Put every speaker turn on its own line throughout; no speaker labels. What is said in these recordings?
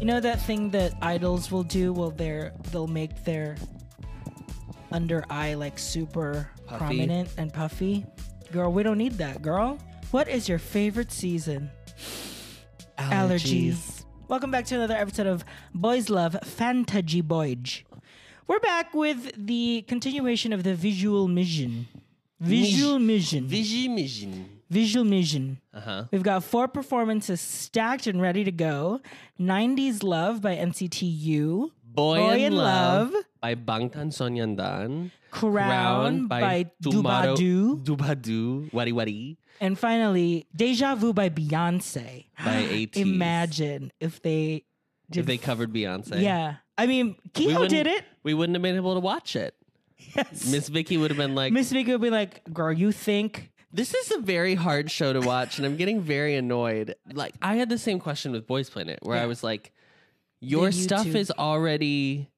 You know that thing that idols will do? Well, they're they'll make their under eye like super
Puffy.
prominent and puffy. Girl, we don't need that, girl. What is your favorite season? Allergies. Welcome back to another episode of Boys Love Fantasy Boyge. We're back with the continuation of the visual mission. Visual mission.
Vision mission.
Visual mission.
Uh huh.
We've got four performances stacked and ready to go. 90s Love by NCTU.
Boy,
Boy
in,
in
love,
Love.
by Bangtan Sonyeondan.
Crown, by,
Tumaro-
Dubadu.
Dubadu. Wari Wari
And finally, Deja Vu by Beyonce.
by AT.
Imagine if they did.
if they covered Beyonce.
yeah. I mean,
We
Keo
wouldn't-
did it.
We wouldn't have been able to watch it. Miss Vicky would have been like,
Miss Vicky would be like, girl, you think?
This is a very hard show to watch, and I'm getting very annoyed. Like, I had the same question with Boys Planet, where I
Yeah.
was like, Your stuff
YouTube.
is already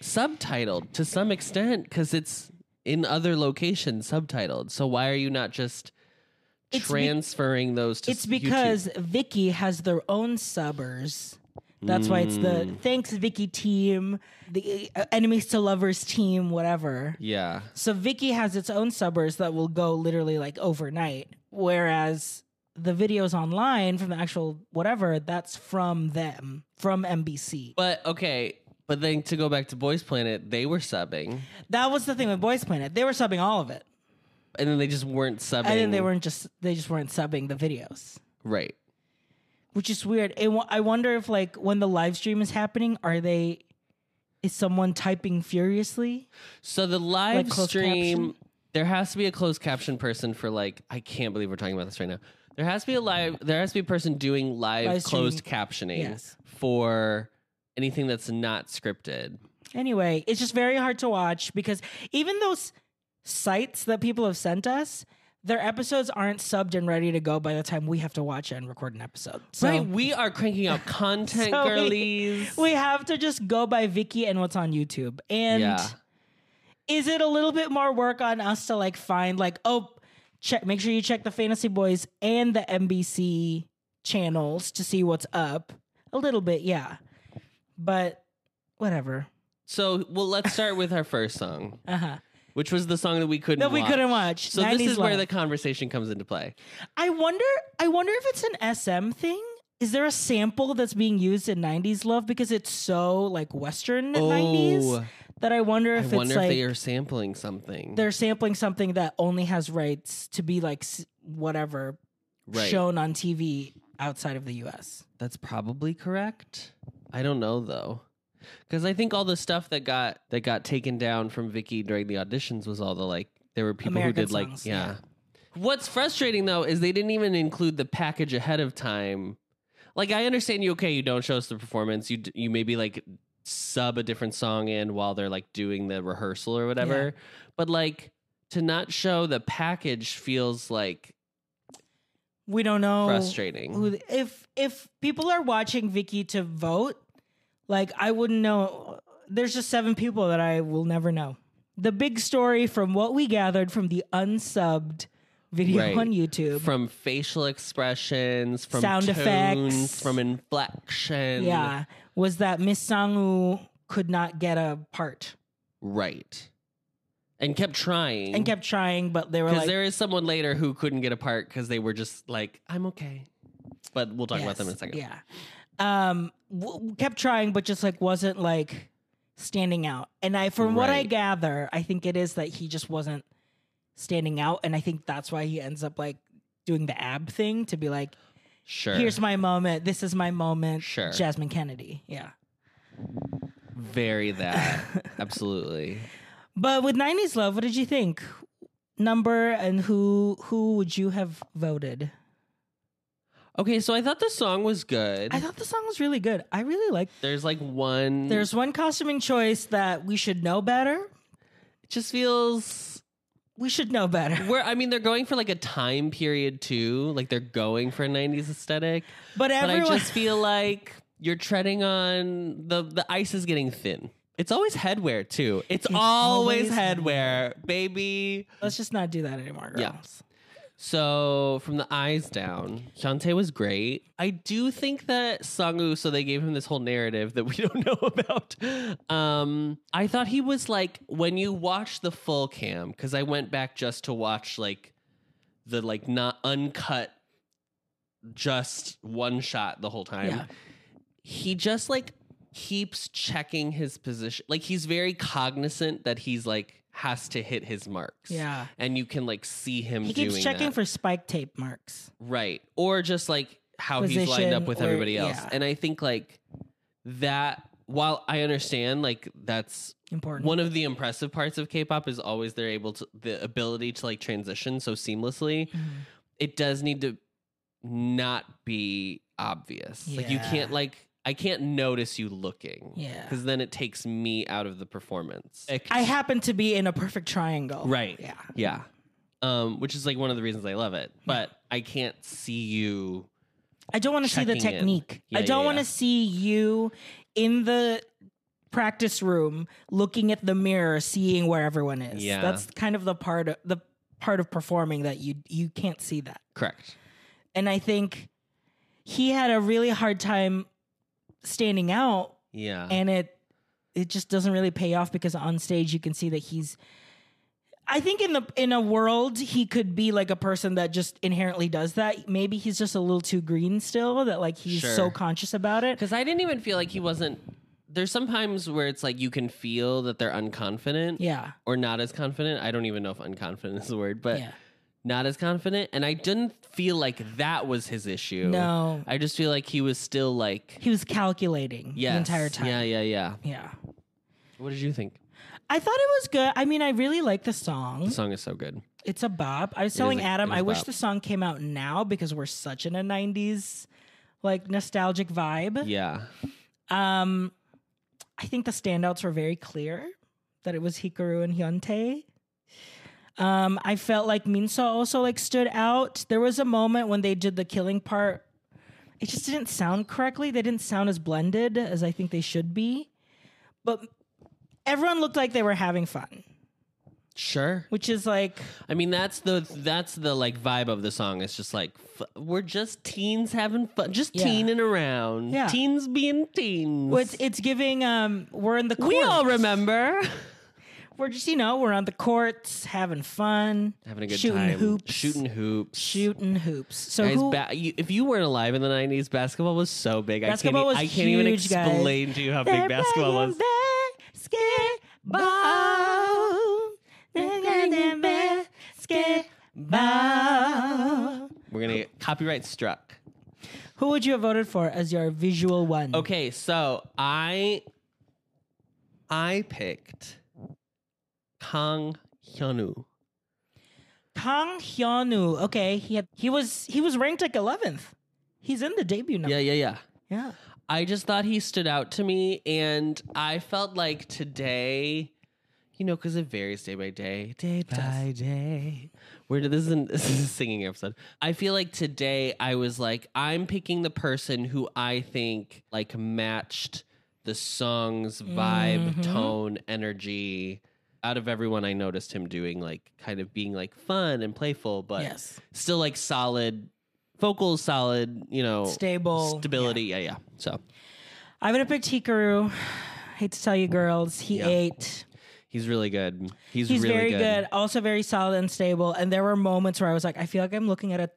subtitled to some extent because it's in other locations subtitled. So, why are you not just
It's be-
transferring those to
It's
s- YouTube?
because Vicky has their own subbers. That's why it's the
Mm.
Thanks Vicky team, the uh, Enemies to Lovers team, whatever.
Yeah.
So Vicky has its own subbers that will go literally like overnight, whereas the videos online from the actual whatever that's from them from NBC.
But okay. But then to go back to Boys Planet, they were subbing,
That was the thing with Boys Planet; they were subbing all of it,
and then they just weren't subbing.
and then they weren't just they just weren't subbing the videos,
right.
which is weird. It, wa- I wonder if like when the live stream is happening, are they is someone typing furiously?
So the live
closed
stream,
caption?
there has to be a closed caption person for like. I can't believe we're talking about this right now. There has to be a live. There has to be a person doing live,
Live stream.
closed captioning
Yes.
for anything that's not scripted.
Anyway, it's just very hard to watch because even those sites that people have sent us, their episodes aren't subbed and ready to go by the time we have to watch and record an episode. So
right, we are cranking out content,
So we-
girlies.
we have to just go by Vicky and what's on YouTube. And
yeah,
is it a little bit more work on us to like find like oh check make sure you check the Fantasy Boys and the NBC channels to see what's up? A little bit, yeah. But whatever.
so well, let's start with our first song,
Uh-huh.
which was the song that we couldn't.
No, we
watch.
couldn't watch.
So this
90s
is where
love.
the conversation comes into play.
I wonder. I wonder if it's an SM thing. Is there a sample that's being used in '90s love because it's so like Western '90s that I wonder
Oh. I
if
wonder
it's
if
like
they are sampling something.
they're sampling something that only has rights to be like s- whatever
right.
shown on TV outside of the U.S.
That's probably correct. I don't know though. Cuz I think all the stuff that got that got taken down from Vicky during the auditions was all the like there were people
American
who did like
songs,
yeah.
yeah.
What's frustrating though is they didn't even include the package ahead of time. Like I understand you okay you don't show us the performance you d- you maybe like sub a different song in while they're like doing the rehearsal or whatever. But like to not show the package feels like
We don't know.
frustrating.
who th- if if people are watching Vicky to vote, like I wouldn't know. There's just seven people that I will never know. The big story from what we gathered from the unsubbed video
Right.
on YouTube.
from facial expressions, from
Sound
tones,
effects.
from inflection.
yeah, was that Miss Sangu could not get a part
right. And kept trying.
and kept trying, but they were
Mm. because
like,
there is someone later who couldn't get a part because they were just like, "I'm okay," but we'll talk about them in a
Yes,
second.
Yeah. Um, w- kept trying, but just like wasn't like standing out. And I, from what I
Right.
gather, I think it is that he just wasn't standing out, and I think that's why he ends up like doing the ab thing to be like,
Sure.
"Here's my moment. This is my moment."
Sure.
Jasmine Kennedy. Yeah.
very that absolutely.
But with '90s love, what did you think? Number and who who would you have voted?
Okay, so I thought the song was good.
I thought the song was really good. I really liked.
There's like one.
There's one costuming choice that we should know better.
it just feels.
We should know better.
Where I mean, they're going for like a time period too. Like they're going for a '90s aesthetic.
But everyone,
But I just feel like you're treading on the the ice is getting thin. It's always headwear too. It's, always,
always
headwear, baby.
let's just not do that anymore, girls.
Yeah. So from the eyes down, Shantae was great. I do think that Sangu, so they gave him this whole narrative that we don't know about. Um, I thought he was like when you watch the full cam, because I went back just to watch like the like not uncut, just one shot the whole time.
Yeah.
He just like keeps checking his position. Like he's very cognizant that he's like has to hit his marks
Yeah.
and you can like see him
He keeps
doing
checking
that.
for spike tape marks.
right or just like how he's lined
Position
up with
or-
everybody else
yeah.
and i think like that while i understand like that's
Important.
one of the impressive parts of k-pop is always they're able to the ability to like transition so seamlessly
Mhm.
it does need to not be obvious like you
Yeah.
can't like i can't notice you looking
Yeah.
because then it takes me out of the performance
I happen to be in a perfect triangle.
Right.
Yeah.
Yeah. Um, which is like one of the reasons I love it. But I can't see you.
I don't want to see the
Checking in.
technique.
Yeah,
I don't
yeah,
want
yeah.
to see you in the practice room looking at the mirror seeing where everyone is.
Yeah.
That's kind of the part of the part of performing that you you can't see that.
Correct.
And I think he had a really hard time standing out
Yeah.
and it it just doesn't really pay off because on stage you can see that he's I think in the in a world he could be like a person that just inherently does that. Maybe he's just a little too green still that like he's
Sure.
so conscious about it.
Because I didn't even feel like he wasn't. There's sometimes where it's like you can feel that they're unconfident
Yeah.
or not as confident. I don't even know if unconfident is the word, but
yeah.
not as confident. And I didn't feel like that was his issue.
No.
I just feel like he was still like.
He was calculating
Yes.
the entire time.
Yeah, yeah, yeah.
Yeah.
What did you think?
I thought it was good. I mean, I really like the song.
The song is so good.
It's a bop. I was telling
a-
Adam,
it is
I
a
wish
bop.
the song came out now because we're such in a 90s like nostalgic vibe.
Yeah.
Um, I think the standouts were very clear that it was Hikaru and Hyuntae. Um, I felt like Minso also like stood out. There was a moment when they did the killing part. It just didn't sound correctly. They didn't sound as blended as I think they should be. But everyone looked like they were having fun,
Sure.
which is like
I mean, that's the that's the like vibe of the song. It's just like f- we're just teens having fun, just
Yeah.
teening around,
Yeah.
teens being teens.
well, it's, it's giving um we're in the courts.
we all remember
We're just, you know, we're on the courts having fun,
having a good
shooting
time,
hoops.
shooting hoops.
shooting hoops. So
Guys,
who,
ba- you, if you weren't alive in the '90s, basketball was so big.
Basketball
I
was
can't, e- I can't even
huge, guys.
explain to you how big basketball was. We're gonna get copyright struck.
Who would you have voted for as your visual one?
Okay, so I I picked Kang Hyunwoo.
Kang Hyunwoo. Okay, he had, he was he was ranked like eleventh. He's in the debut number.
Yeah, yeah, yeah.
yeah.
I just thought he stood out to me, and I felt like today, you know, because it varies day by day, day by day. Where this isn't this is a singing episode. I feel like today I was like, I'm picking the person who I think like matched the song's vibe,
Mhm.
tone, energy. Out of everyone, I noticed him doing like kind of being like fun and playful, but
yes.
still like solid vocals, solid, you know,
Stable.
oh, stability. Yeah, yeah. So
I would have picked Hikaru. Hate to tell you, girls, he
Yeah.
ate.
he's really good. He's,
He's
really
very
good.
good. also very solid and stable. And there were moments where I was like, I feel like I'm looking at a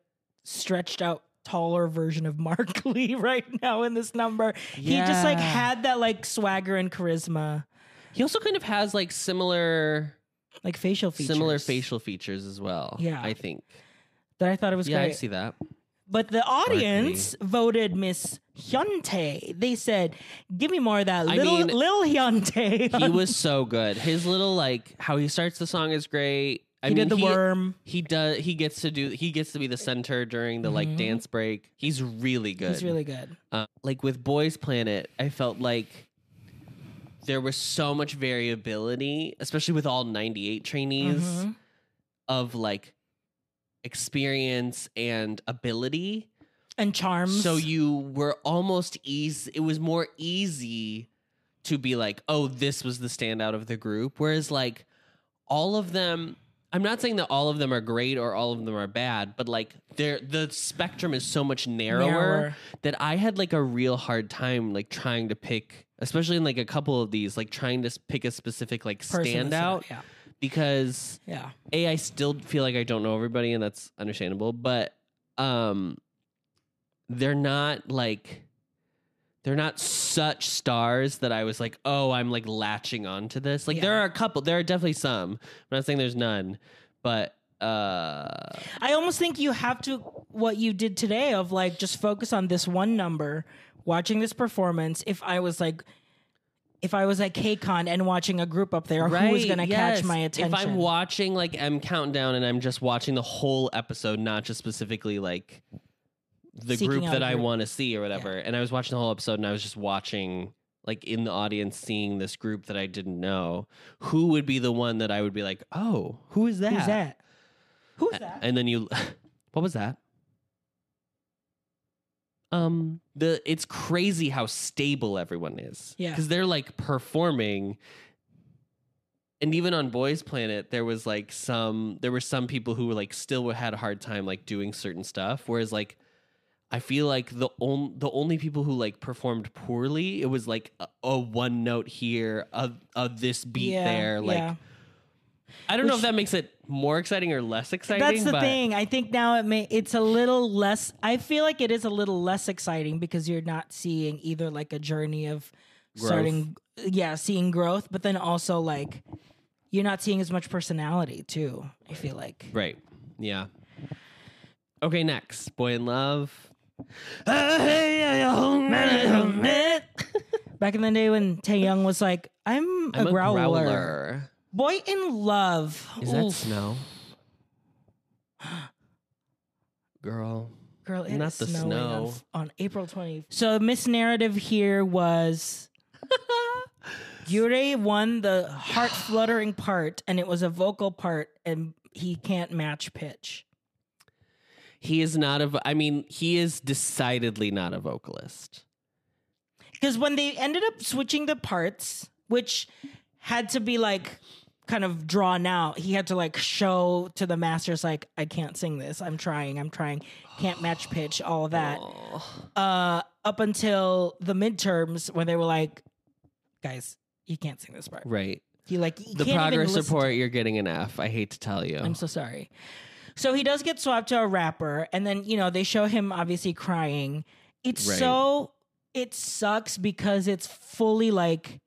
stretched out, taller version of Mark Lee right now in this number. He just like
Yeah.
had that like swagger and charisma,
He also kind of has like similar
like facial features,
similar facial features as well.
Yeah.
I think.
that I thought it was
yeah, I
great.
see that.
But the audience voted Miss Hyuntae. They said, "Give me more of that
I
little
mean,
little Hyuntae."
He was so good. His little like how he starts the song is great. I
He
mean,
did the
he,
worm.
He does. He gets to do. He gets to be the center during the like
Mhm.
dance break. He's really good.
He's really good.
uh, like with Boys Planet, I felt like there was so much variability, especially with all 98 trainees,
Mhm.
of like experience and ability.
And charms.
So you were almost easy, it was more easy to be like, oh, this was the standout of the group. Whereas, like, all of them, I'm not saying that all of them are great or all of them are bad, but like they're the spectrum is so much narrower,
Narrower.
that I had like a real hard time like trying to pick, especially in like a couple of these, like trying to s- pick a specific like
Person that's
standout
not- Yeah.
because
Yeah.
a i still feel like i don't know everybody and that's understandable but um they're not like they're not such stars that i was like oh i'm like latching on to this like there
Yeah.
are a couple there are definitely some i'm not saying there's none but uh
I almost think you have to what you did today of like just focus on this one number, watching this performance. If I was like, if I was at KCON and watching a group up there, who was going to
yes.
catch my attention?
if i'm watching like m countdown and i'm just watching the whole episode not just specifically like the
Seeking
group
out
that
a
i
group.
want to see or whatever and i was watching the whole episode and i was just watching like in the audience seeing this group that i didn't know who would be the one that i would be like oh who is that,
Who's that? Who's that?
and then you what was that um the it's crazy how stable everyone is
Yeah.
because they're like performing and even on boys planet there was like some there were some people who were like still had a hard time like doing certain stuff whereas like i feel like the only the only people who like performed poorly it was like a, a one note here of of this beat
Yeah,
there like
yeah.
i don't know if
Which-
that makes it more exciting or less exciting
That's the
but
thing. I think now it may it's a little less. I feel like it is a little less exciting because you're not seeing either like a journey of
Growth.
starting, yeah, seeing growth, but then also like you're not seeing as much personality too. I feel like
Right. Yeah. Okay, next. Boy in Love. Ah, I'm
back in the day when Tae Young was like, "I'm a,
a
growler.
growler.
boy in love."
Is that
Oof.
snow? Girl.
Girl, it
Not
is
the
snowing on,
snow.
f- on April 20th. So the misnarrative here was Yurei won the heart fluttering part, and it was a vocal part, and he can't match pitch.
He is not a vo- I mean, he is decidedly not a vocalist.
Because when they ended up switching the parts, which had to be like kind of drawn out, he had to like show to the masters, like, I can't sing this. I'm trying, I'm trying, can't match pitch, all of that.
Aw.
uh, up until the midterms when they were like, guys, you can't sing this part.
Right.
You like you
The
can't even
progress
listen to-
report, you're getting an F. I hate to tell you.
I'm so sorry. So he does get swapped to a rapper, and then you know they show him obviously crying. It's
Right.
so it sucks because it's fully like.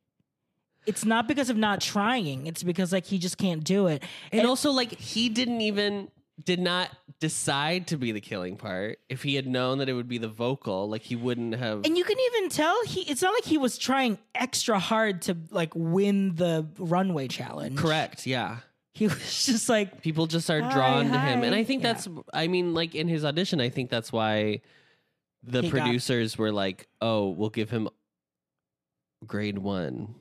It's not because of not trying. It's because like he just can't do it.
and also like he didn't even did not decide to be the killing part if he had known that it would be the vocal like he wouldn't have
And you can even tell he it's not like he was trying extra hard to like win the runway challenge.
correct yeah
He was just like
people just are
Hi,
drawn to him and
hi.
i think that's i mean like in his audition i think that's why the
He got-
producers were like oh we'll give him grade 1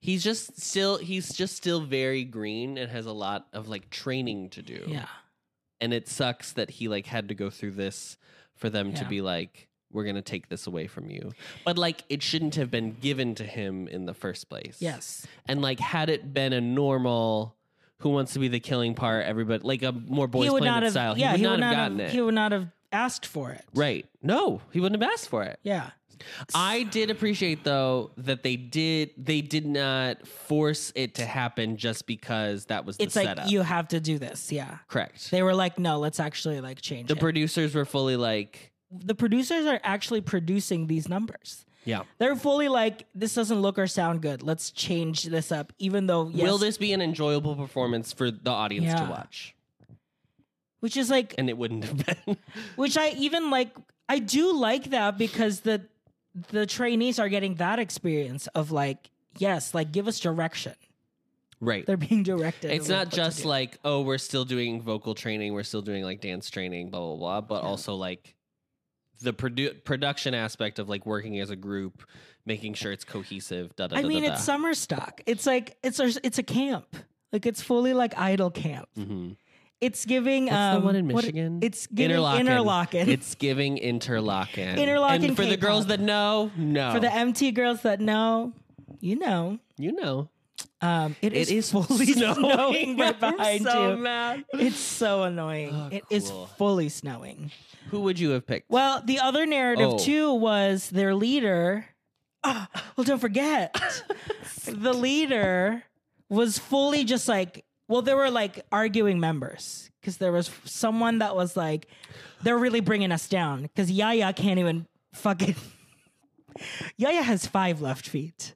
he's just still he's just still very green and has a lot of like training to do
Yeah.
and it sucks that he like had to go through this for them to
Yeah.
be like we're going to take this away from you but like it shouldn't have been given to him in the first place
Yes.
and like had it been a normal who wants to be the killing part everybody like a more boys planet style he would not have gotten it
He would not have asked for it.
right no he wouldn't have asked for it
Yeah.
i did appreciate though that they did they did not force it to happen just because that was the
It's like
setup
you have to do this. Yeah.
correct
They were like, no, let's actually like change
the
it.
producers were fully like
the producers are actually producing these numbers.
yeah
They're fully like, this doesn't look or sound good. Let's change this up, even though yes,
Will this be an enjoyable performance for the audience to
Yeah.
watch?
which is like
And it wouldn't have been.
which I even like I do like that because the the trainees are getting that experience of like, yes, like give us direction.
right.
They're being directed.
It's
of, like,
not
what to
just
do.
like, oh, we're still doing vocal training, we're still doing like dance training, blah, blah, blah, but
Yeah.
also like the produ- production aspect of like working as a group, making sure it's cohesive, da da
I
da,
mean,
da,
it's
da.
summer stock. It's like it's a, it's a camp. Like it's fully like idol camp.
Mhm.
It's giving
What's
um
the one in
what-
Michigan?
it's giving interlocking.
It's giving interlocking.
Interlocking
And for the
K-pop.
girls that know, no.
for the MT girls that know, you know.
you know.
Um, it is,
It is
fully
snowing.
snowing right
I'm
behind
so
you.
mad.
It's so annoying.
Oh,
It is
cool.
fully snowing.
Who would you have picked?
Well, the other narrative
Oh.
too was their leader. Ah, well, don't forget, the leader was fully just like. Well, there were like arguing members because there was someone that was like, they're really bringing us down because Yaya can't even fucking. Yaya has five left feet,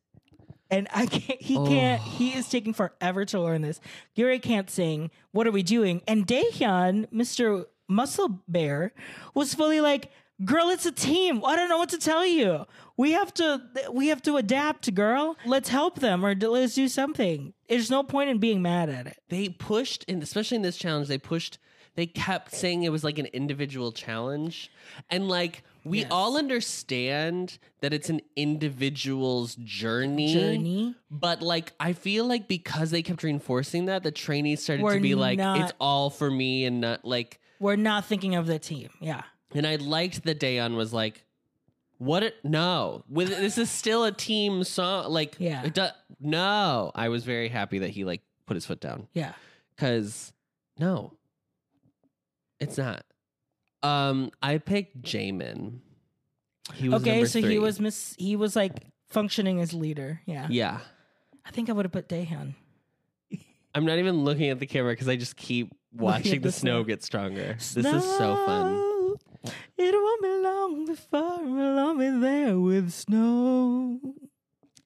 and I can't. He can't. He is taking forever to learn this. Yuri can't sing. What are we doing? And Daehyun, Mister Muscle Bear, was fully like, "Girl, it's a team. I don't know what to tell you. We have to. We have to adapt, girl. Let's help them, or let's do something. There's no point in being mad at it.
they pushed, and especially in this challenge, they pushed. They kept saying it was like an individual challenge, and like we
Yes.
all understand that it's an individual's journey.
Journey.
But like, I feel like because they kept reinforcing that, the trainees started
We're
to be like,
not-
"It's all for me," and not like.
We're not thinking of the team. Yeah."
And I liked that Dayon was like, "What? It, no, with this is still a team song. Like,
Yeah.
it do- no." I was very happy that he like put his foot down
Yeah.
because no, it's not. Um, I picked Jamin. He was
Okay,
number
so
three.
he was miss. He was like functioning as leader. Yeah.
yeah.
I think I would have put Daehyun.
I'm not even looking at the camera because I just keep watching
at
the
the
snow
snow.
get stronger. This is so fun.
Snow, It won't be long before we'll all be there with snow.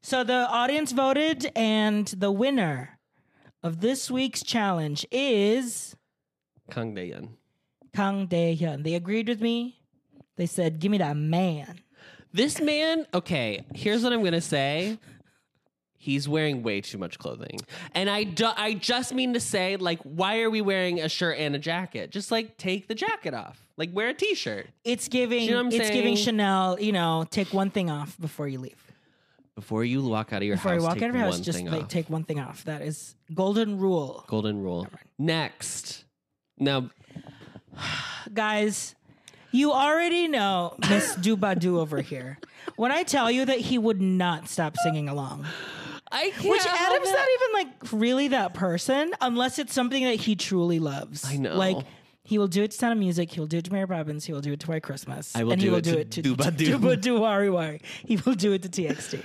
So the audience voted, and the winner of this week's challenge is
Kang Daeyeon.
Kang Daehyun. They agreed with me. They said, "Give me that man."
This man, okay, here's what I'm gonna say. He's wearing way too much clothing. And I do, I just mean to say, like, why are we wearing a shirt and a jacket? Just like take the jacket off. Like wear a t-shirt
It's giving.
You know what I'm
it's giving
saying?
Chanel. You know, take one thing off before you leave.
before you walk out of your
Before
house.
you walk
take
out of your house,
one
just
thing
like
off.
take one thing off. That is golden rule,
golden rule. Next. Now,
guys. You already know Miss Dubadu over here. When I tell you that he would not stop singing along,
I can't.
which
help
Adam's
it.
not even like really that person, unless it's something that he truly loves.
I know.
Like he will do it to Sound of Music. He will do it to Mary Poppins. He will do it to White Christmas.
I will
and he
do
will
it
do
to
it to
Dubadu.
Dubadu Wari Wari. He will do it to TXT.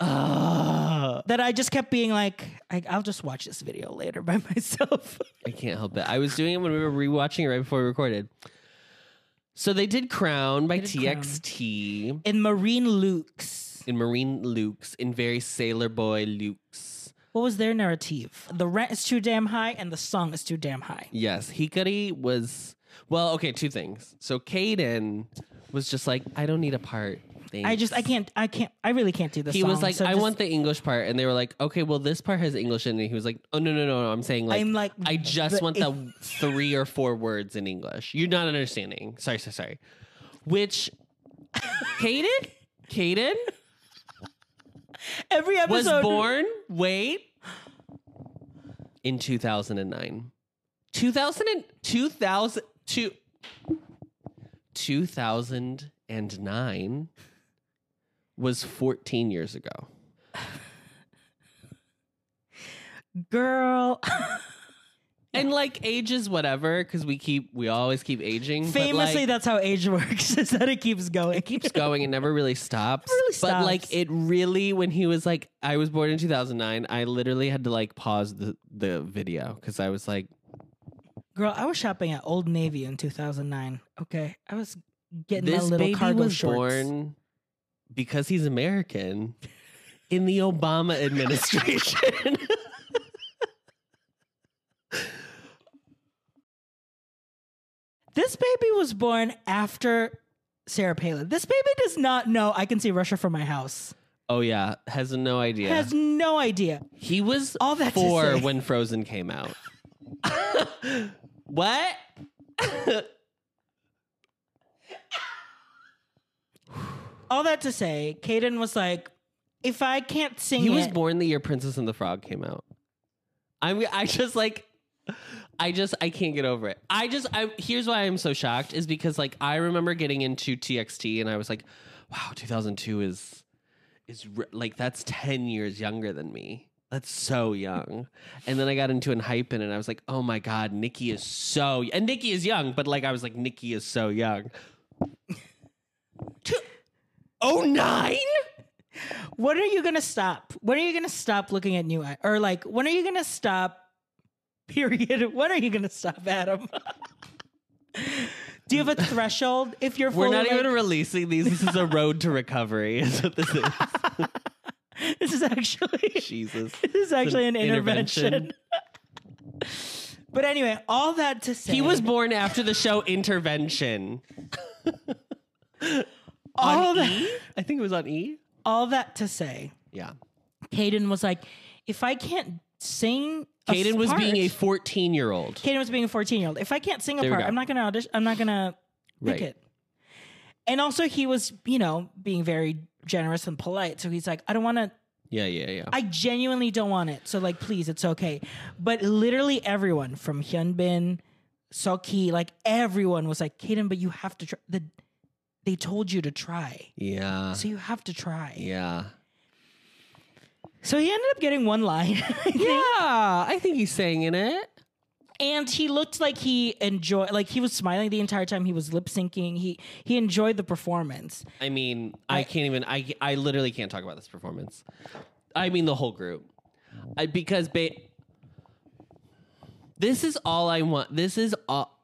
Ah.
That I just kept being like, I, I'll just watch this video later by myself.
I can't help it. I was doing it when we were rewatching it right before we recorded. So they did Crown by
did Crown.
TXT
in Marine Luke's.
in Marine Luke's in very Sailor Boy Luke's.
What was their narrative? The rent is too damn high and the song is too damn high.
Yes, Hikari was well, okay, two things. So Kaden was just like, I don't need a part. Thanks.
I just I can't I can't I really can't do this.
He was
song,
like,
so
I
just-
want the English part, and they were like, okay, well, this part has English in it. He was like, oh no, no, no, no. I'm saying like,
I'm like
I just
the-
want the three or four words in English. You're not understanding. Sorry, sorry, sorry. Which, Kaden, Kaden
every
was
episode
born. Wait, in 2009, 2000 and 2000 two- 2009 was 14 years ago.
girl
and like ages whatever because we keep we always keep aging but,
famously
like,
that's how age works is that it keeps going.
keeps going it never really stops
really
but like
stops.
it really when he was like i was born in 2009 i literally had to like pause the the video because i was like
Girl, I was shopping at Old Navy in 2009. Okay, I was getting my
this
little
baby
cargo
was
shorts.
born because he's american in the obama administration
This baby was born after Sarah Palin. This baby does not know I can see Russia from my house.
oh yeah has no idea
Has no idea.
he was
All that to
four
say.
when frozen came out what
All that to say, Caden was like, if I can't sing
He was
it-
born the year Princess and the Frog came out. I mean, I just like, I just I can't get over it. I just I here's why I'm so shocked is because like I remember getting into TXT and I was like, wow, 2002 is is re- like that's 10 years younger than me. That's so young. And then I got into an hyphen and I was like, oh my God, Nikki is so and Nikki is young, but like I was like, Nikki is so young. Two- oh nine?
When are you gonna stop? When are you gonna stop looking at new i- or like when are you gonna stop? Period. When are you gonna stop, Adam? Do you have a threshold? If you're
We're
fully,
not
like-
even releasing these. This is a road to recovery, is what this is.
this is actually
Jesus.
this is actually an,
an
intervention.
intervention.
but anyway, all that to say,
He was born after the show Intervention.
all
on
that,
E? I think it was on E.
all that to say.
Yeah.
Caden was like, if I can't sing, a
Caden was
part-
being a 14 year old.
Kaden was being a 14 year old. If I can't sing a
There we
part,
go.
I'm not going to audition. I'm not going to pick
Right.
it. And also, he was, you know, being very generous and polite. So he's like, I don't want to,
Yeah, yeah, yeah.
I genuinely don't want it. So, like, please, it's okay. But literally everyone from Hyunbin, Soki, like, everyone was like, Kaden, but you have to try. The, they told you to try.
yeah.
So you have to try.
Yeah.
So he ended up getting one line.
Yeah. I think he sang in it.
and he looked like he enjoyed like he was smiling the entire time he was lip syncing he he enjoyed the performance
I mean, I, can't even. I I literally can't talk about this performance. I mean, the whole group. I because ba- this is all I want. This is all.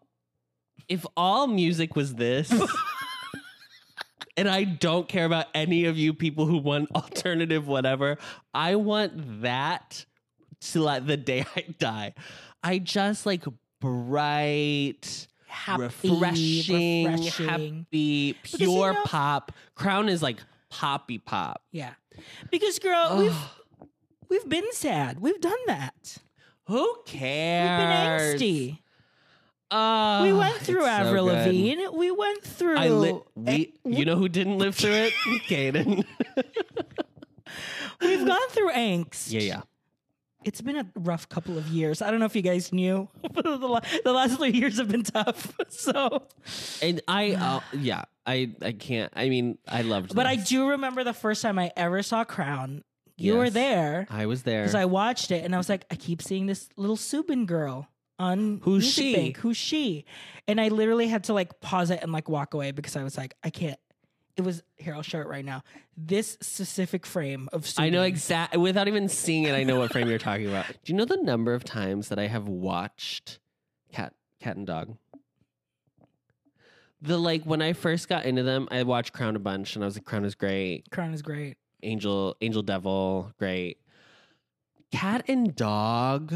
If all music was this, and I don't care about any of you people who want alternative whatever, I want that to like the day I die. I just like bright
happy
refreshing,
refreshing.
happy,
you
pure
know-
pop. Crown is like poppy pop.
yeah because girl we've
Ugh,
we've been sad we've done that
who
we've been
cares?
angsty
Ugh,
we went through
it's so
avril
good.
lavigne we went through eh,
I li- we, you know who didn't live through it? Caden.
we've gone through angst
yeah, yeah.
it's been a rough couple of years i don't know if you guys knew but the, la- the last three years have been tough so
And I, uh, yeah, I, I can't. I mean, I loved.
but i
this.
do remember the first time i ever saw crown you were
Yes.
there
I was there.
because I watched it and I was like, I keep seeing this little Subin girl on
Who's
Music
she?
Bank. Who's she? And I literally had to like pause it and like walk away because I was like, I can't. It was here. I'll show it right now. This specific frame of Subin.
I know exactly without even seeing it. I know what frame you're talking about. Do you know the number of times that I have watched Cat Cat and Dog? The like when I first got into them, I watched Crown a bunch, and I was like, Crown is great,
Crown is great.
Angel Angel Devil great, Cat and Dog,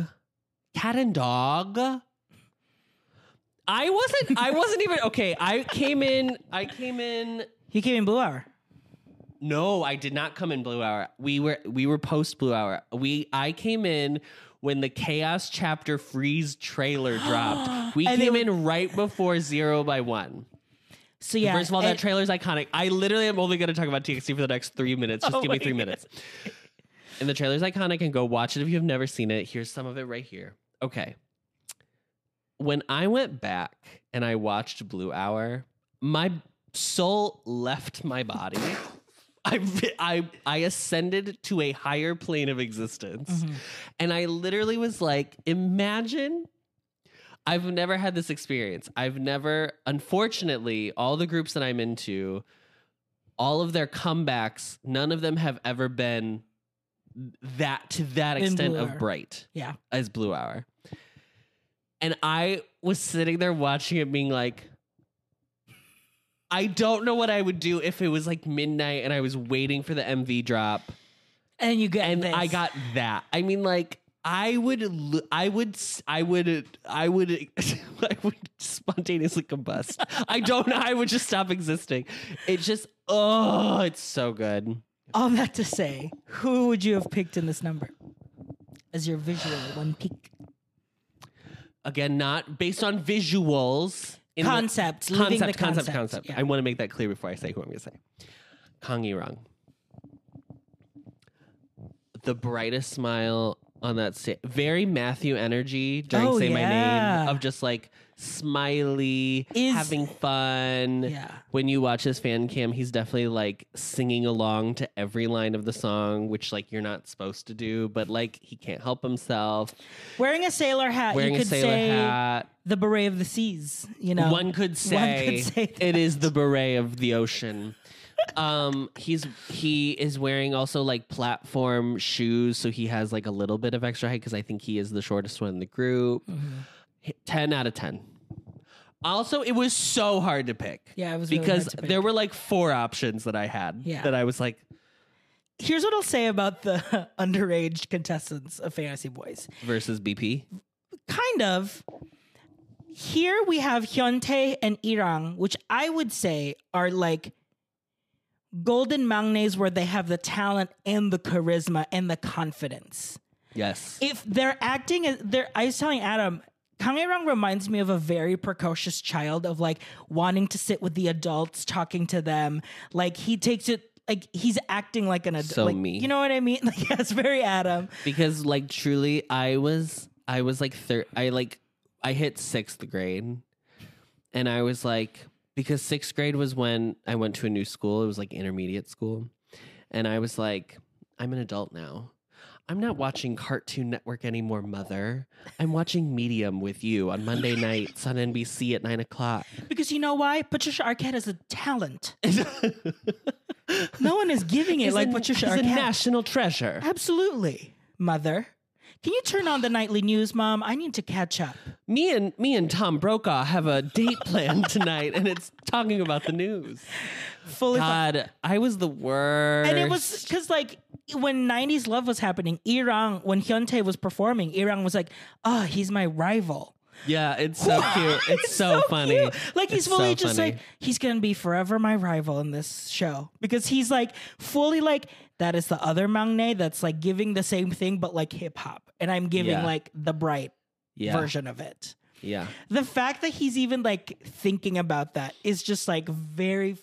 Cat and Dog. I wasn't. I wasn't even okay. I came in. I came in
He came in Blue Hour.
no, I did not come in Blue Hour. We were we were post Blue Hour. We I came in when the Chaos Chapter Freeze trailer dropped. We
And they
came
were-
in right before Zero by One.
So yeah.
First of all, that
and-
trailer's iconic. I literally am only going to talk about TXT for the next three minutes. Just
Oh
give me
my
three minutes. And the trailer's iconic, and go watch it if you've never seen it. Here's some of it right here. Okay. When I went back and I watched Blue Hour, my soul left my body. I, I, I ascended to a higher plane of existence.
Mhm.
And I literally was like, imagine. I've never had this experience. I've never, unfortunately, all the groups that I'm into, all of their comebacks, none of them have ever been that to that
In
extent
Blue
of
Hour.
bright
Yeah.
as Blue Hour. And I was sitting there watching it, being like, I don't know what I would do if it was like midnight and I was waiting for the MV drop
And you get
and
this.
I got that. I mean, like I would, l- I would, s- I would, I would, I would spontaneously combust. I don't know. I would just stop existing. It just, oh, it's so good.
all that to say. Who would you have picked in this number? As your visual one peak
Again, not based on visuals. in the-
concept,
concept,
living the
concept, concept,
Yeah.
I want to make that clear before I say who I'm going to say. Kang Yi Rong. The brightest smile on that sta- very Matthew energy during
Oh,
Say My
yeah.
Name of just like smiley,
Is-
having fun.
Yeah.
When you watch his fan cam, he's definitely like singing along to every line of the song, which like you're not supposed to do, but like he can't help himself.
Wearing a sailor hat,
Wearing
you
a
could
sailor
say
hat.
the beret of the seas, you know.
One could say,
say that.
it is the beret of the ocean. um, he's he is wearing also like platform shoes, so he has like a little bit of extra height because I think he is the shortest one in the group.
Mm-hmm.
Ten out of ten. Also, it was so hard to pick.
Yeah, it was really hard
because
to pick.
there were like four options that I had.
Yeah.
that I was like,
Here's what I'll say about the underage contestants of Fantasy Boys.
versus BP.
Kind of. Here we have Hyuntae and Irang, which I would say are like golden magnes where they have the talent and the charisma and the confidence.
Yes,
if they're acting as they're I was telling Adam Kang Rang reminds me of a very precocious child of like wanting to sit with the adults, talking to them. Like he takes it like he's acting like an adult.
So
like,
me.
You know what I mean? Like that's very Adam.
because like truly i was i was like thir- i like i hit sixth grade and i was like because sixth grade was when i went to a new school it was like intermediate school and i was like i'm an adult now i'm not watching cartoon network anymore mother i'm watching medium with you on monday nights on nbc at 9 o'clock
Because you know why? Patricia Arquette is a talent. No one is giving it
He's
like
a-
Patricia
he's a
Arquette.
national treasure
Absolutely. Mother. Can you turn on the nightly news, Mom? I need to catch up.
me and me and tom brokaw have a date planned tonight and it's talking about the news
Fully fu-
God, I was the worst.
And it was because like when '90s love was happening, Irang when Hyuntae was performing, Irang was like, "Ah, he's my rival."
yeah, it's so cute. It's, so, funny.
Cute. Like he's
It's
fully
so
just
funny.
like he's gonna be forever my rival in this show because he's like fully like that is the other Mangne that's like giving the same thing but like hip hop, and I'm giving
Yeah.
like the bright
yeah,
version of it.
yeah.
The fact that he's even like thinking about that is just like very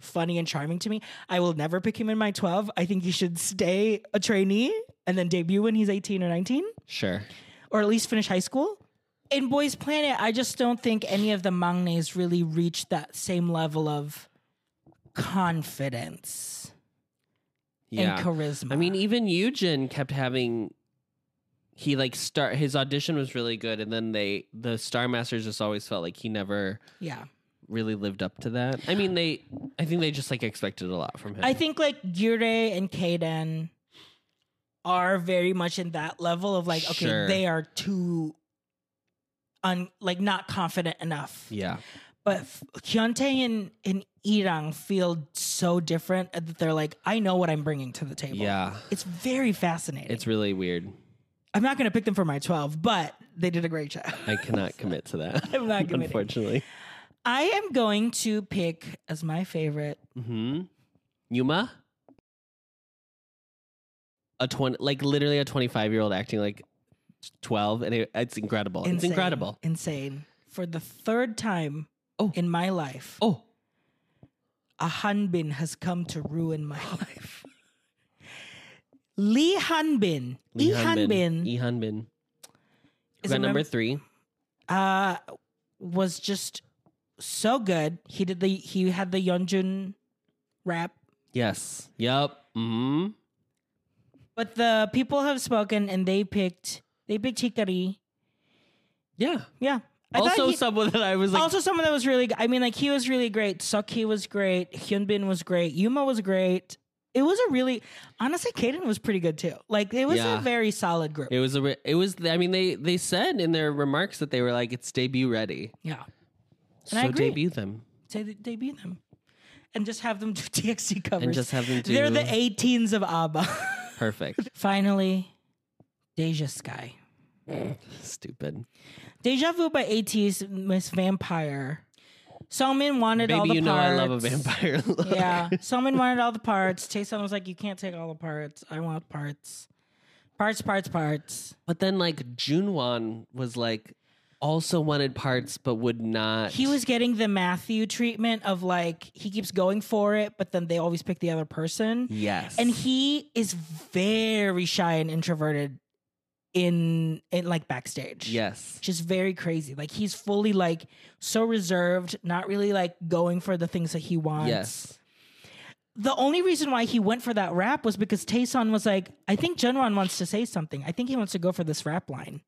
funny and charming to me. I will never pick him in my 12. I think he should stay a trainee and then debut when he's 18 or 19
Sure.
or at least finish high school. In Boys Planet, I just don't think any of the mangnes really reached that same level of confidence
Yeah.
and charisma.
I mean, e even Eugen kept having. He like start his audition was really good, and then they the Star Masters just always felt like he never
yeah.
really lived up to that. I mean, they I think they just like expected a lot from him.
I think like Yurei and Kaden are very much in that level of like, okay,
Sure.
they are too un like not confident enough.
yeah,
But F- Hyuntae and, and Irang feel so different that they're like, I know what I'm bringing to the table.
yeah.
It's very fascinating.
It's really weird.
I'm not going to pick them for my 12, but they did a great job.
I cannot commit to that.
I'm not committing.
unfortunately.
I am going to pick as my favorite.
Hmm. Yuma. A twenty, like literally a twenty-five-year-old acting like twelve, and it, it's incredible. It's
insane-
incredible.
Insane. For the third time
Oh.
in my life.
Oh,
a Hanbin has come to ruin my life. Lee Hanbin. Lee Hanbin
E Hanbin.
is
Got
a
number
mem-
three.
uh, was just so good. He did the he had the Yeonjun rap.
Yes. Yep. Hmm.
But the people have spoken and they picked they picked Hikari.
Yeah.
Yeah. I thought
also,
he-
someone that I was like,
also someone that was really g- I mean like he was really great. Soki was great. Hyunbin was great. Yuma was great. It was a really honestly Kaden was pretty good too. Like it was
Yeah.
a very solid group.
it was a. Re- it was. I mean, they they said in their remarks that they were like, it's debut ready.
yeah.
So
And I agree.
debut them.
say that debut them and just have them do TXT covers.
And just have them do-
They're the 18s of ABBA.
Perfect.
Finally, Deja Sky.
Stupid.
Deja Vu by AT's Miss Vampire. Songmin wanted all
Baby,
the
you know
parts.
I love a vampire. Look.
yeah. Songmin wanted all the parts. Taesun was like, you can't take all the parts. I want parts. Parts, parts, parts.
But then like Junwan was like also wanted parts but would not.
He was getting the Matthew treatment of like, he keeps going for it, but then they always pick the other person.
yes,
And he is very shy and introverted in in like backstage.
Yes.
Just very crazy. Like he's fully like so reserved, not really like going for the things that he wants.
Yes.
The only reason why he went for that rap was because Tayson was like, I think Jenron wants to say something. I think he wants to go for this rap line.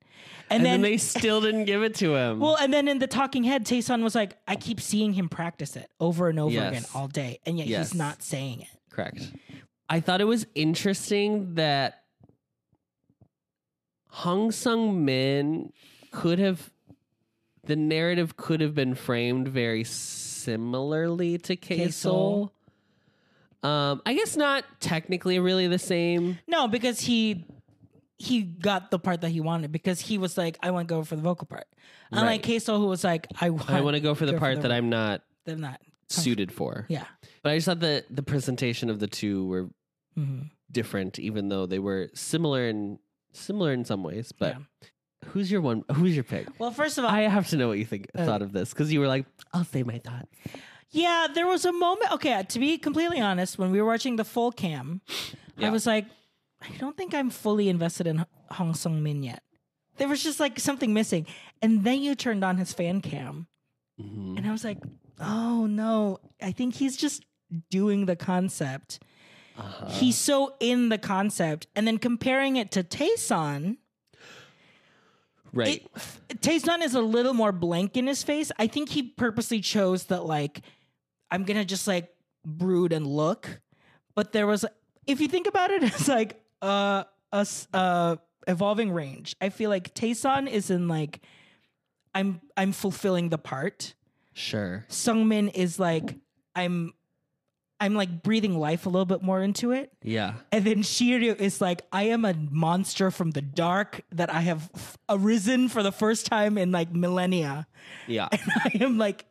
And,
And, then, they still didn't give it to him.
well, and then in the talking head, Tayson was like, I keep seeing him practice it over and over
Yes.
again all day. And yet
Yes.
he's not saying it.
Correct. I thought it was interesting that Hung Sung Min could have the narrative could have been framed very similarly to Kaesol. Um, I guess not technically really the same.
No, because he he got the part that he wanted because he was like, I want to go for the vocal part. Unlike Queso, who was like, I want,
I want to go for the
go for
part
the-
that I'm not
them not.
suited for.
Yeah.
But I just thought that the presentation of the two were
hmm
different, even though they were similar in similar in some ways. But
Yeah.
who's your one? Who's your pick?
Well, first of all,
I have to know what you think
Uh,
thought of this because you were like, "I'll say my thoughts."
yeah, there was a moment. Okay, to be completely honest, when we were watching the full cam, I
Yeah.
was like, I don't think I'm fully invested in Hong Sung Min yet. There was just like something missing. And then you turned on his fan cam,
Mm-hmm.
and I was like, oh no, I think he's just doing the concept.
Uh-huh.
he's so in the concept and then comparing it to Tayson
right.
it, Tayson is a little more blank in his face I think he purposely chose that like I'm gonna just like brood and look but there was if you think about it it's like uh us uh evolving range I feel like Tayson is in like I'm I'm fulfilling the part
sure.
Sungmin is like I'm I'm like breathing life a little bit more into it
Yeah.
And then Shiryu is like, I am a monster from the dark that I have f- arisen for the first time in like millennia.
Yeah.
I am like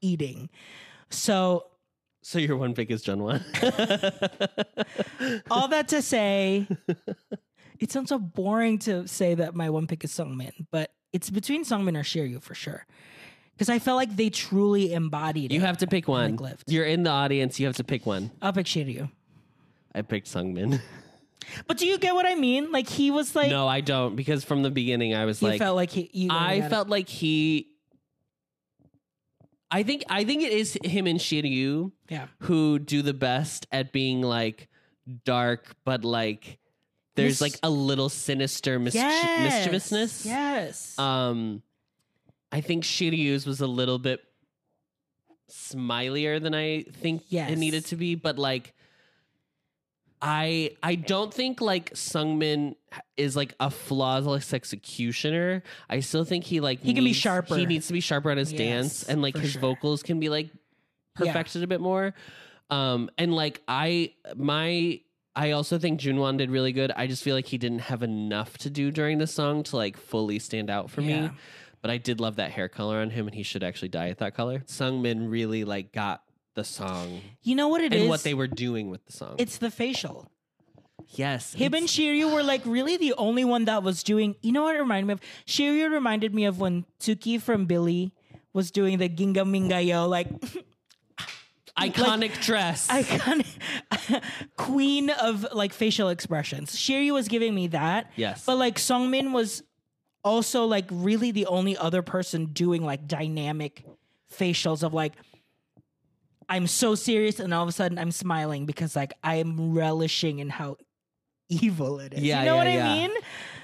eating. So,
so your one pick is Gen One.
all that to say, it sounds so boring to say that my one pick is Sungmin, but it's between Sungmin or Shiryu for sure. Because I felt like they truly embodied
you
it.
have to pick one.
Like left.
You're in the audience. You have to pick one.
I'll pick Shiryu.
I picked Sungmin.
But do you get what I mean? Like, he was like,
no, I don't because from the beginning I was
you
like,
felt like he. You
I
got it.
felt like he. I think I think it is him and Shiryu
Yeah.
who do the best at being like dark, but like
Mis-
there's like a little sinister mis-
Yes.
mischievousness.
Yes.
Um, I think Shiryu's was a little bit smilier than I think
Yes.
it needed to be, but like. I I don't think like Sungmin is like a flawless executioner. I still think he like
He can be
needs-
sharper.
He needs to be sharper on his
Yes,
dance and like
for
his
sure.
vocals can be like
Yeah.
perfected a bit more. Um and like I my I also think Junwan did really good. I just feel like he didn't have enough to do during the song to like fully stand out for me.
Yeah.
But I did love that hair color on him and he should actually dye it that color. Sungmin really like got the song
You know what it is.
and what they were doing with the song.
It's the facial.
yes.
Him and Shiryu were like really the only one that was doing. You know what it reminded me of? Shiryu reminded me of when Tsuki from Billy was doing the Ginga Mingayo, like
iconic dress.
iconic queen of like facial expressions. Shiryu was giving me that.
Yes.
But like Songmin was also like really the only other person doing like dynamic facials of like I'm so serious and all of a sudden I'm smiling because like I am relishing in how evil it is.
Yeah,
you know
yeah,
what I
yeah.
mean?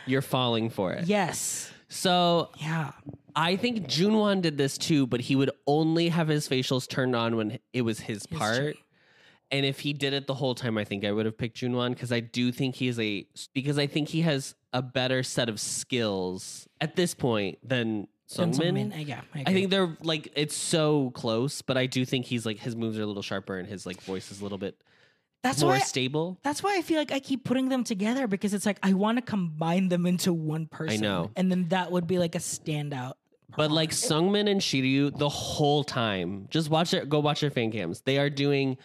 You're falling for it.
Yes.
So
Yeah.
I think Junwan did this too, but he would only have his facials turned on when it was his
His
part.
turn.
And if he did it the whole time, I think I would have picked Junwan because I do think he is a because I think he has a better set of skills at this point than
And
Sungmin.
Sungmin, uh, yeah. I,
I
agree.
think they're like it's so close, but I do think he's like his moves are a little sharper and his like voice is a little bit
that's
more
why
stable.
that's why I feel like I keep putting them together because it's like I want to combine them into one person.
know.
And then that would be like a standout.
But like Sungmin and Shiryu, the whole time, just watch it. Go watch their fan cams. They are doing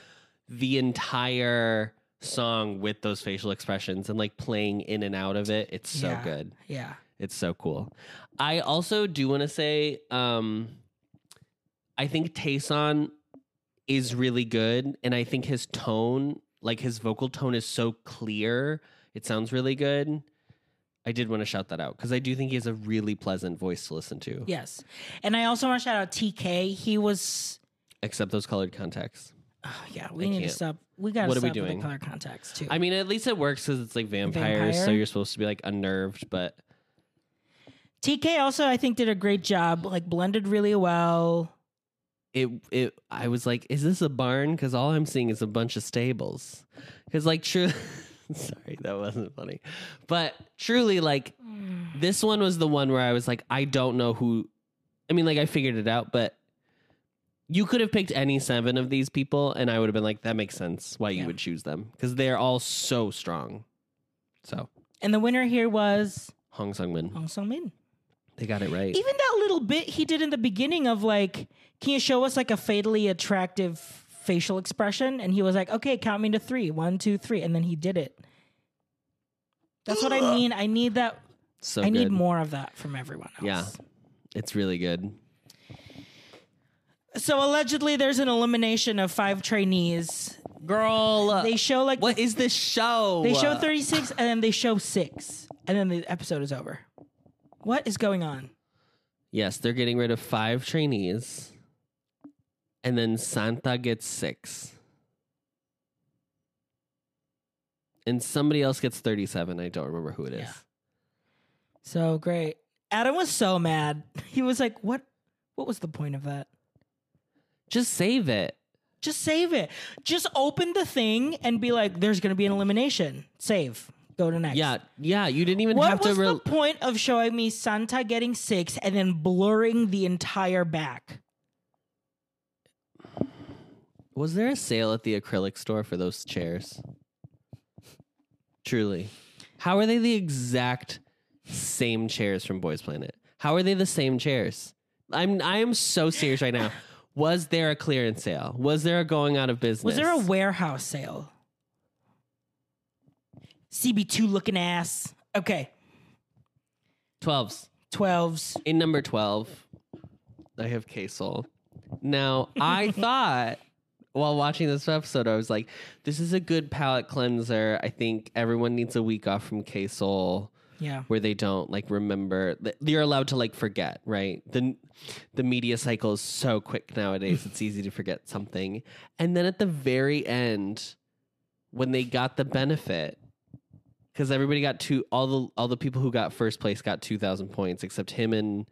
the entire song with those facial expressions and like playing in and out of it. It's so
Yeah.
good.
Yeah.
It's so cool. I also do want to say, um, I think Tayson is really good, and I think his tone, like his vocal tone, is so clear. It sounds really good. I did want to shout that out because I do think he has a really pleasant voice to listen to.
Yes. And I also want to shout out TK. He was
Except those colored contacts.
oh, yeah, we
I
need
can't.
to stop. We got to
What are
stop
we
with
doing?
the color contacts too.
I mean, at least it works because it's like vampires, so
Vampire?
you're supposed to be like unnerved. But
TK also I think did a great job. Like blended really well.
it, it, I was like, is this a barn? Because all I'm seeing is a bunch of stables. Because like true, sorry, that wasn't funny, but truly, like this one was the one where I was like, I don't know who. I mean, like I figured it out, but you could have picked any seven of these people, and I would have been like, that makes sense why you
Yeah.
would choose them because they're all so strong. So
And the winner here was
Hong Sung Min,
Hong Sung Min.
they got it right.
Even that little bit he did in the beginning of like, can you show us like a fatally attractive facial expression? And he was like, okay, count me to three. One, two, three. And then he did it. That's what I mean. I need that.
So
I need
good.
more of that from everyone else.
Yeah. It's really good.
So allegedly, there's an elimination of five trainees.
Girl,
They show like
Uh, what is this show?
they show 36 and then they show six, and then the episode is over. What is going on?
Yes, they're getting rid of five trainees. And then Santa gets six. And somebody else gets 37. I don't remember who it is.
Yeah. So great. Adam was so mad. He was like, "What? What was the point of that?
Just save it.
Just save it. Just open the thing and be like, there's going to be an elimination. Save. Go to next."
Yeah, yeah, you didn't even have
What
to.
was
Re-
the point of showing me Santa getting six and then blurring the entire back?
was there a sale at the acrylic store for those chairs? Truly. How are they the exact same chairs from Boys Planet? How are they the same chairs? I'm I am so serious right now. Was there a clearance sale? Was there a going out of business?
Was there a warehouse sale? CB2 looking ass. Okay.
12s?
12s.
In number 12, I have Quesel. Now, I thought while watching this episode, I was like, this is a good palate cleanser. I think everyone needs a week off from Quesel.
Yeah.
where they don't like remember th- you're allowed to like forget right the the media cycle is so quick nowadays it's easy to forget something and then at the very end when they got the benefit because everybody got two all the all the people who got first place got 2000 points except him and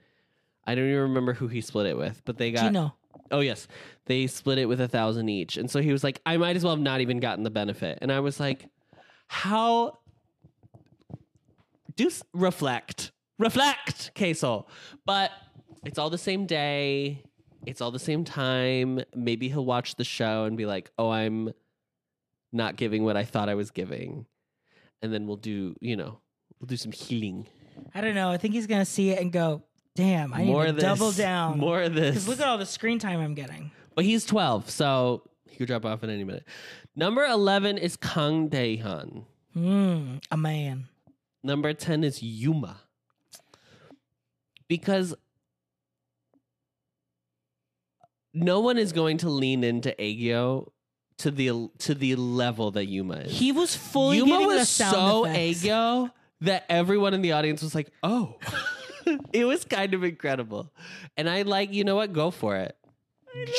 i don't even remember who he split it with but they got
Gino.
Oh yes, they split it with a thousand each, and so he was like, "I might as well have not even gotten the benefit." And I was like, "How? Do s- reflect, reflect, Queso." But it's all the same day. It's all the same time. Maybe he'll watch the show and be like, "Oh, I'm not giving what I thought I was giving," and then we'll do, you know, we'll do some healing.
I don't know. I think he's going to see it and go, damn, I need
more
to
of this.
double down.
More of this.
Because look at all the screen time I'm getting.
But he's 12, so he could drop off in any minute. Number 11 is Kang Daehan.
Mm, a man.
Number 10 is Yuma. Because no one is going to lean into Aegyo to the to the level that Yuma is.
He was fully
Yuma
getting the
was
sound
so
effects.
Aegyo that everyone in the audience was like, "Oh." it was kind of incredible. And I like, you know what? Go for it.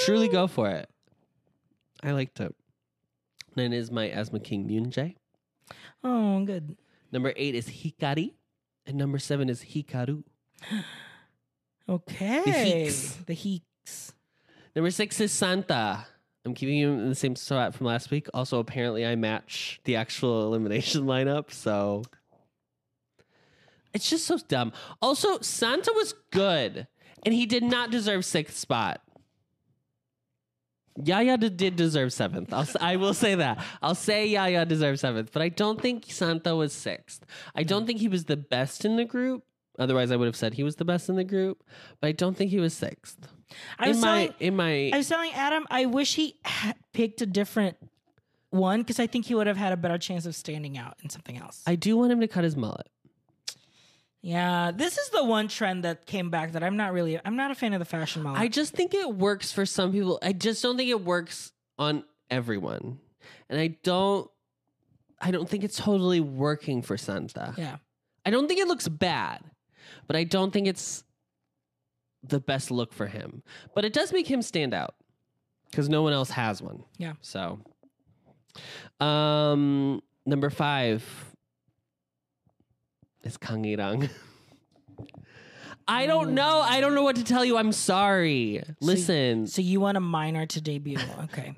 Truly go for it. I liked it. Then is my Asthma King Moonjae.
Oh, good.
Number 8 is Hikari, and number 7 is Hikaru.
Okay.
heeks.
The heeks.
Number 6 is Santa. I'm keeping him in the same spot from last week. Also, apparently I match the actual elimination lineup, so It's just so dumb. Also, Santa was good, and he did not deserve sixth spot. Yaya d- did deserve seventh. I'll, s- I will say that. I'll say Yaya deserved seventh, but I don't think Santa was sixth. I don't think he was the best in the group. Otherwise, I would have said he was the best in the group, but I don't think he was sixth.
I
in
was
my
telling-
in my
I was telling Adam, I wish he ha- picked a different one because I think he would have had a better chance of standing out in something else.
I do want him to cut his mullet.
yeah, this is the one trend that came back that I'm not really, I'm not a fan of the fashion model.
I just think it works for some people. I just don't think it works on everyone. And I don't I don't think it's totally working for Santa.
yeah,
I don't think it looks bad, but I don't think it's the best look for him. But it does make him stand out because no one else has one.
Yeah.
So, um, number five is Kang Irang. I don't know. I don't know what to tell you. I'm sorry. Listen,
So you want a minor to debut? Okay.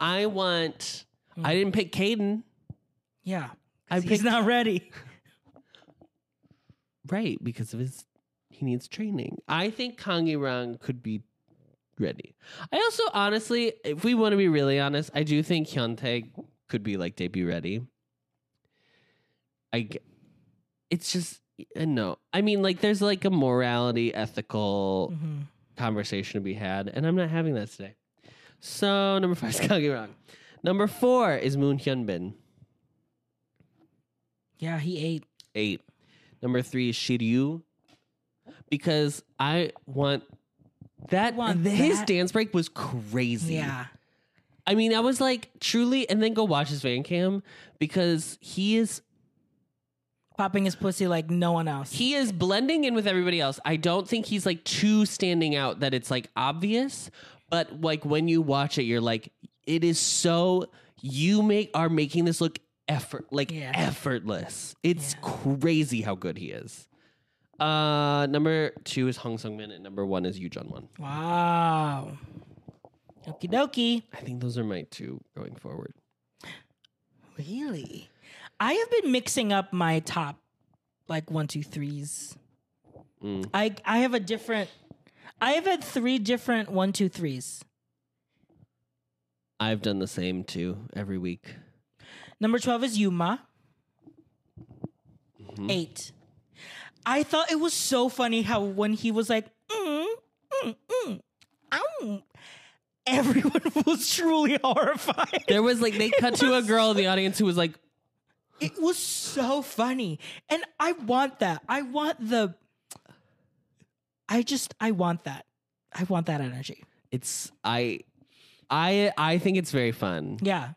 I want. I didn't pick Caden.
Yeah.
I
He's
picked
not ready.
right because of his. He needs training. I think Kang Irang could be ready. I also honestly, if we want to be really honest, I do think Hyuntae could be like debut ready. I, g- it's just uh, no. I mean, like there's like a morality, ethical
Mhm.
conversation to be had, and I'm not having that today. So number five is Kang Irang. Number four is Moon Hyunbin.
Yeah, he ate.
eight. Number three is Shiryu. Because I want that,
want
th- his
that.
dance break was crazy.
Yeah.
I mean, I was like truly and then go watch his van cam because he is
Popping his pussy like no one else.
he is blending in with everybody else. I don't think he's like too standing out that it's like obvious, but like when you watch it, you're like, it is so you make are making this look effort like
Yeah.
effortless. It's
Yeah.
crazy how good he is. Uh, number two is Hong Sung Min, and number one is Yoo Jun Won.
wow. Okie dokie.
I think those are my two going forward.
Really? I have been mixing up my top like one, two, threes.
Mm.
I I have a different I have had three different one, two, threes.
I've done the same too every week.
Number twelve is Yuma.
Mhm.
Eight. I thought it was so funny how when he was like, mm, mm, mm, ow, everyone was truly horrified.
There was like they cut to a girl in the audience who was like,
It was so funny. And I want that. I want the I just I want that. I want that energy.
"It's I, I, I think it's very fun."
Yeah.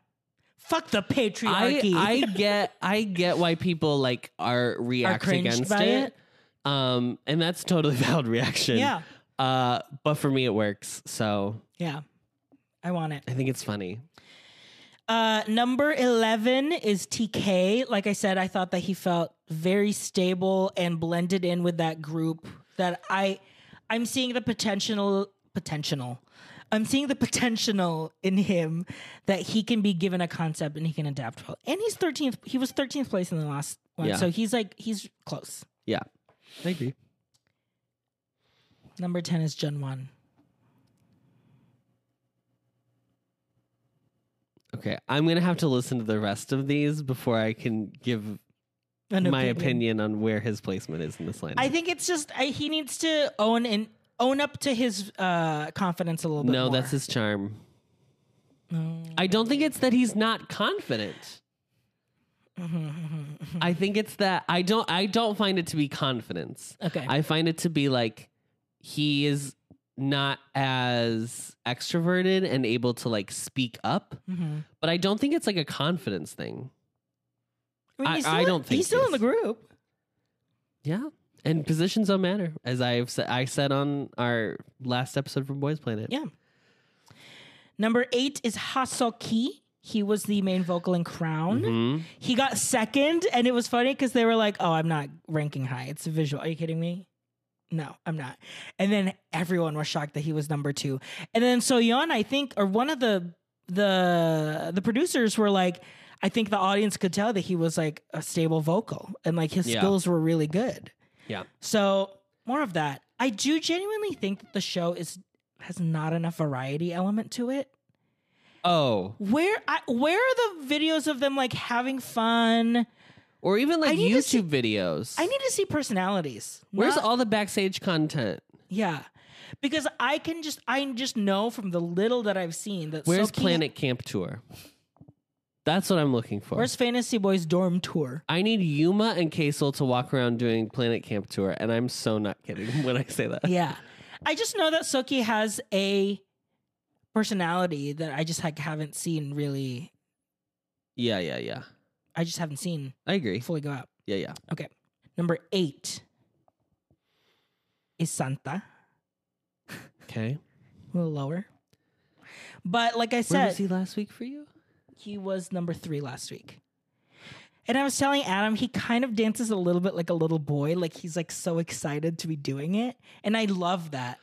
Fuck the patriarchy.
I, I get I get why people like are reacts
cringed
against
by
it. Um and that's a totally valid reaction.
yeah.
Uh but for me it works. So
Yeah. I want it.
I think it's funny.
Uh number 11 is TK. Like I said, I thought that he felt very stable and blended in with that group that I I'm seeing the potential potential. I'm seeing the potential in him that he can be given a concept and he can adapt well. And he's 13th he was 13th place in the last one.
Yeah.
So he's like he's close.
Yeah. I agree.
Number 10 is Gen 1.
Okay. I'm gonna have to listen to the rest of these before I can give
An
my opinion. on where his placement is in this lineup.
I think it's just I, he needs to own and own up to his uh, confidence a little bit.
no,
more. Mm,
that's his charm. I don't think it's that he's not confident. I think it's that I don't I don't find it to be confidence.
okay.
I find it to be like he is not as extroverted and able to like speak up,
Mhm.
but I don't think it's like a confidence thing.
I, mean, he's
I-
still
I
in-
don't think
he's still in the
he's-
group.
Yeah. And positions don't matter, as I've said, I said on our last episode from Boys Planet.
Yeah. Number eight is Hasoki. He was the main vocal in Crown.
Mhm.
He got second, and it was funny because they were like, "Oh, I'm not ranking high. It's a visual. Are you kidding me? No, I'm not." And then everyone was shocked that he was number two. And then Soyeon, I think, or one of the the the producers were like, "I think the audience could tell that he was like a stable vocal, and like his
Yeah.
skills were really good."
Yeah.
So more of that. I do genuinely think that the show is has not enough variety element to it.
Oh,
Where I, where are the videos of them like having fun?
or even like
need
YouTube
to see-
videos.
I need to see personalities.
Where's
Not-
all the backstage content?
yeah? Because I can just I just know from the little that I've seen that
Where's
Soaking-
Planet Camp Tour? That's what I'm looking for.
Where's Fantasy Boys dorm tour?
I need Yuma and Kaisel to walk around doing Planet Camp Tour, and I'm so not kidding when I say that.
Yeah, I just know that Soki has a personality that I just like haven't seen really.
Yeah, yeah, yeah.
I just haven't seen
I agree.
fully go out.
Yeah, yeah.
Number eight is Santa,
Okay.
a little lower. But like I
Where
said,
was he last week for you?
he was number three last week. And I was telling Adam, he kind of dances a little bit like a little boy. Like he's like so excited to be doing it. And I love that.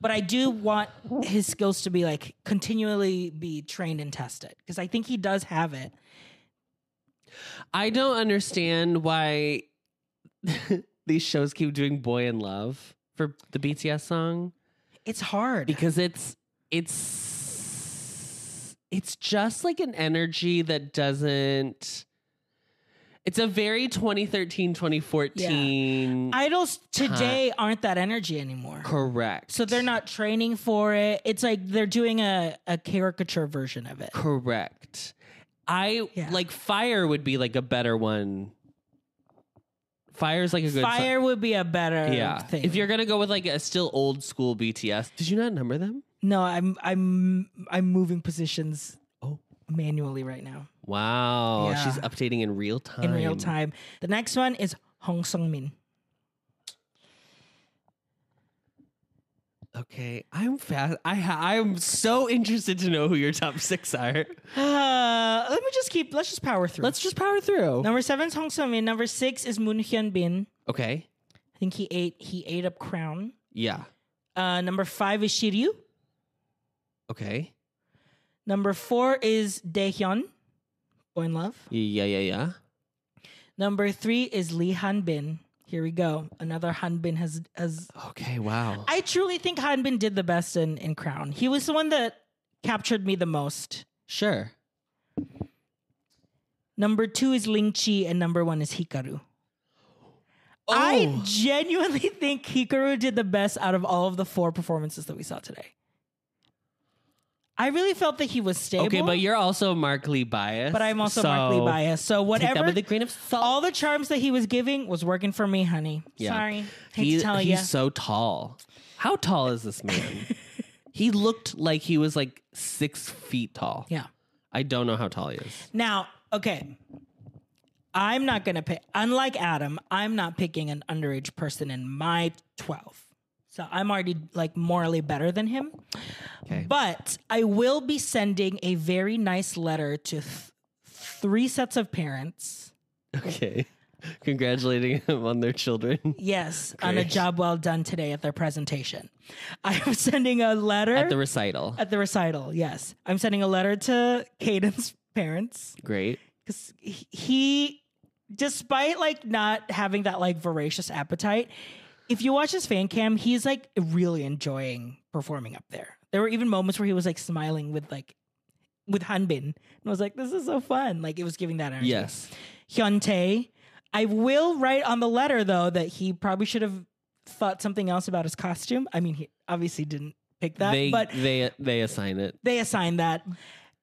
But I do want his skills to be like continually be trained and tested because I think he does have it.
I don't understand why these shows keep doing "Boy in Love" for the BTS song
It's hard.
because it's it's it's just like an energy that doesn't. It's a very 2013 2014
idols today aren't that energy anymore.
correct.
So they're not training for it. It's like they're doing a, a caricature version of it.
Correct. I
Yeah.
like fire would be like a better one. Fire's like a good song.
Fire would be a better
Yeah.
thing.
If you're gonna go with like a still old school BTS, did you not number them?
No, I'm I'm I'm moving positions
Oh.
manually right now
Wow.
Yeah.
She's updating in real time.
in real time. The next one is Hong Sung Min.
Okay. I'm fast. I ha- I'm so interested to know who your top six are.
Uh, let me just keep. Let's just power through. Oh.
Let's just power through.
Number seven is Hong Sung Min. Number six is Moon Hyun Bin.
Okay.
I think he ate he ate up Crown.
Yeah.
Uh, number five is Shiryu.
Okay.
Number four is Daehyun, Boy in Love.
Yeah. Yeah. Yeah.
Number three is Lee Hanbin. Here we go. Another Hanbin has has
Okay. Wow.
I truly think Hanbin did the best in, in Crown. He was the one that captured me the most.
sure.
Number two is Ling Chi, and number one is Hikaru. I
Oh.
genuinely think Hikaru did the best out of all of the four performances that we saw today. I really felt that he was stable.
Okay, but you're also markedly biased.
but I'm also
so
markedly biased. So
Take that
whatever,
with a grain of salt.
all the charms that he was giving was working for me, honey.
Yeah.
Sorry, hate
He-
to tell
he's
you.
so tall. How tall is this man? he looked like he was like six feet tall.
yeah.
I don't know how tall he is.
Now, okay. I'm not going to pick, unlike Adam, I'm not picking an underage person in my 12. So I'm already like morally better than him.
Okay.
But I will be sending a very nice letter to th- three sets of parents.
Okay. Congratulating him on their children
Yes, on a
Great.
job well done today at their presentation. I am sending a letter
at the recital.
at the recital. Yes. I'm sending a letter to Caden's parents.
Great.
because he despite like not having that like voracious appetite if you watch his fan cam he's like really enjoying performing up there there were even moments where he was like smiling with like with hanbin and i was like this is so fun like it was giving that energy
Yes.
hyuntae i will write on the letter though that he probably should have thought something else about his costume i mean he obviously didn't pick that
they
but
they they assign it.
they assigned that.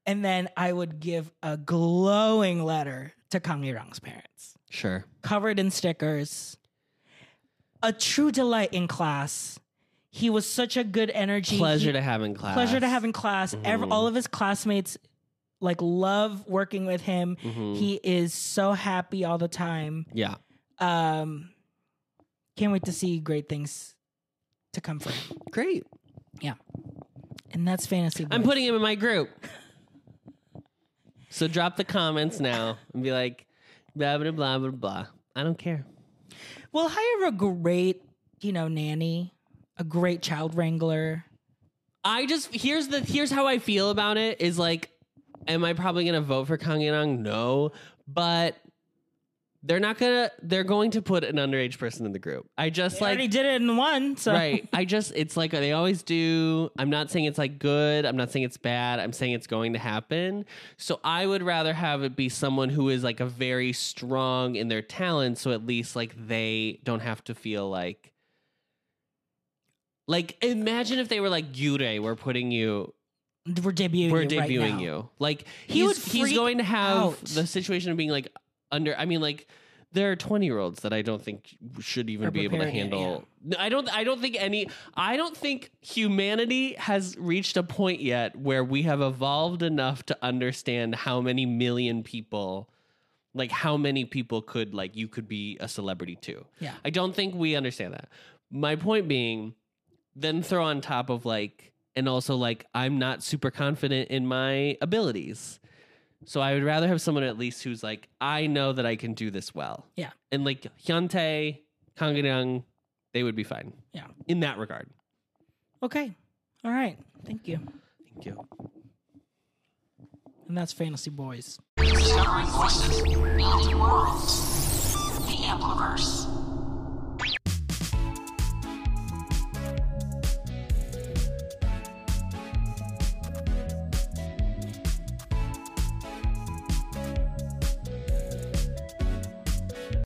And then I would give a glowing letter to Kang Rang's parents,
Sure.
covered in stickers. A true delight in class. He was such a good energy.
Pleasure
He-
to have in class.
pleasure to have in class. Ev-
Mhm.
all of his classmates like love working with him.
Mhm.
He is so happy all the time.
yeah.
Um, can't wait to see great things to come from. him.
Great.
And that's fantasy.
I'm
Boys.
putting him in my group. So drop the comments now and be like, blah blah blah blah blah. I don't care.
We'll hire a great, you know, nanny, a great child wrangler.
I just here's the here's how I feel about it is like, am I probably gonna vote for Kang Yanang? No, but they're not gonna. They're going to put an underage person in the group. I just
They already
like
did it in one, so
right. I just it's like they always do. I'm not saying it's like good. I'm not saying it's bad. I'm saying it's going to happen. So I would rather have it be someone who is like a very strong in their talent. So at least like they don't have to feel like like imagine if they were like Yurei, we're putting you
we're debuting.
we're
you right
debuting
now.
you. Like
He
he's,
would
he's
freak
going to have
out.
the situation of being like under. I mean, like there are twenty year olds that I don't think should even
Are
be able to
prepared yet,
handle. No, I don't. I don't think any. I don't think humanity has reached a point yet where we have evolved enough to understand how many million people like how many people could like you could be a celebrity too.
Yeah.
I don't think we understand that. My point being, then throw on top of like, and also like, I'm not super confident in my abilities. So I would rather have someone at least who's like, I know that I can do this well.
Yeah.
And like Hyuntae, Kangnyeong, they would be fine.
Yeah.
In that regard.
Okay. All right. Thank you.
Thank you.
And that's Fantasy Boys.
Discovering voices, building worlds, the Ampliverse.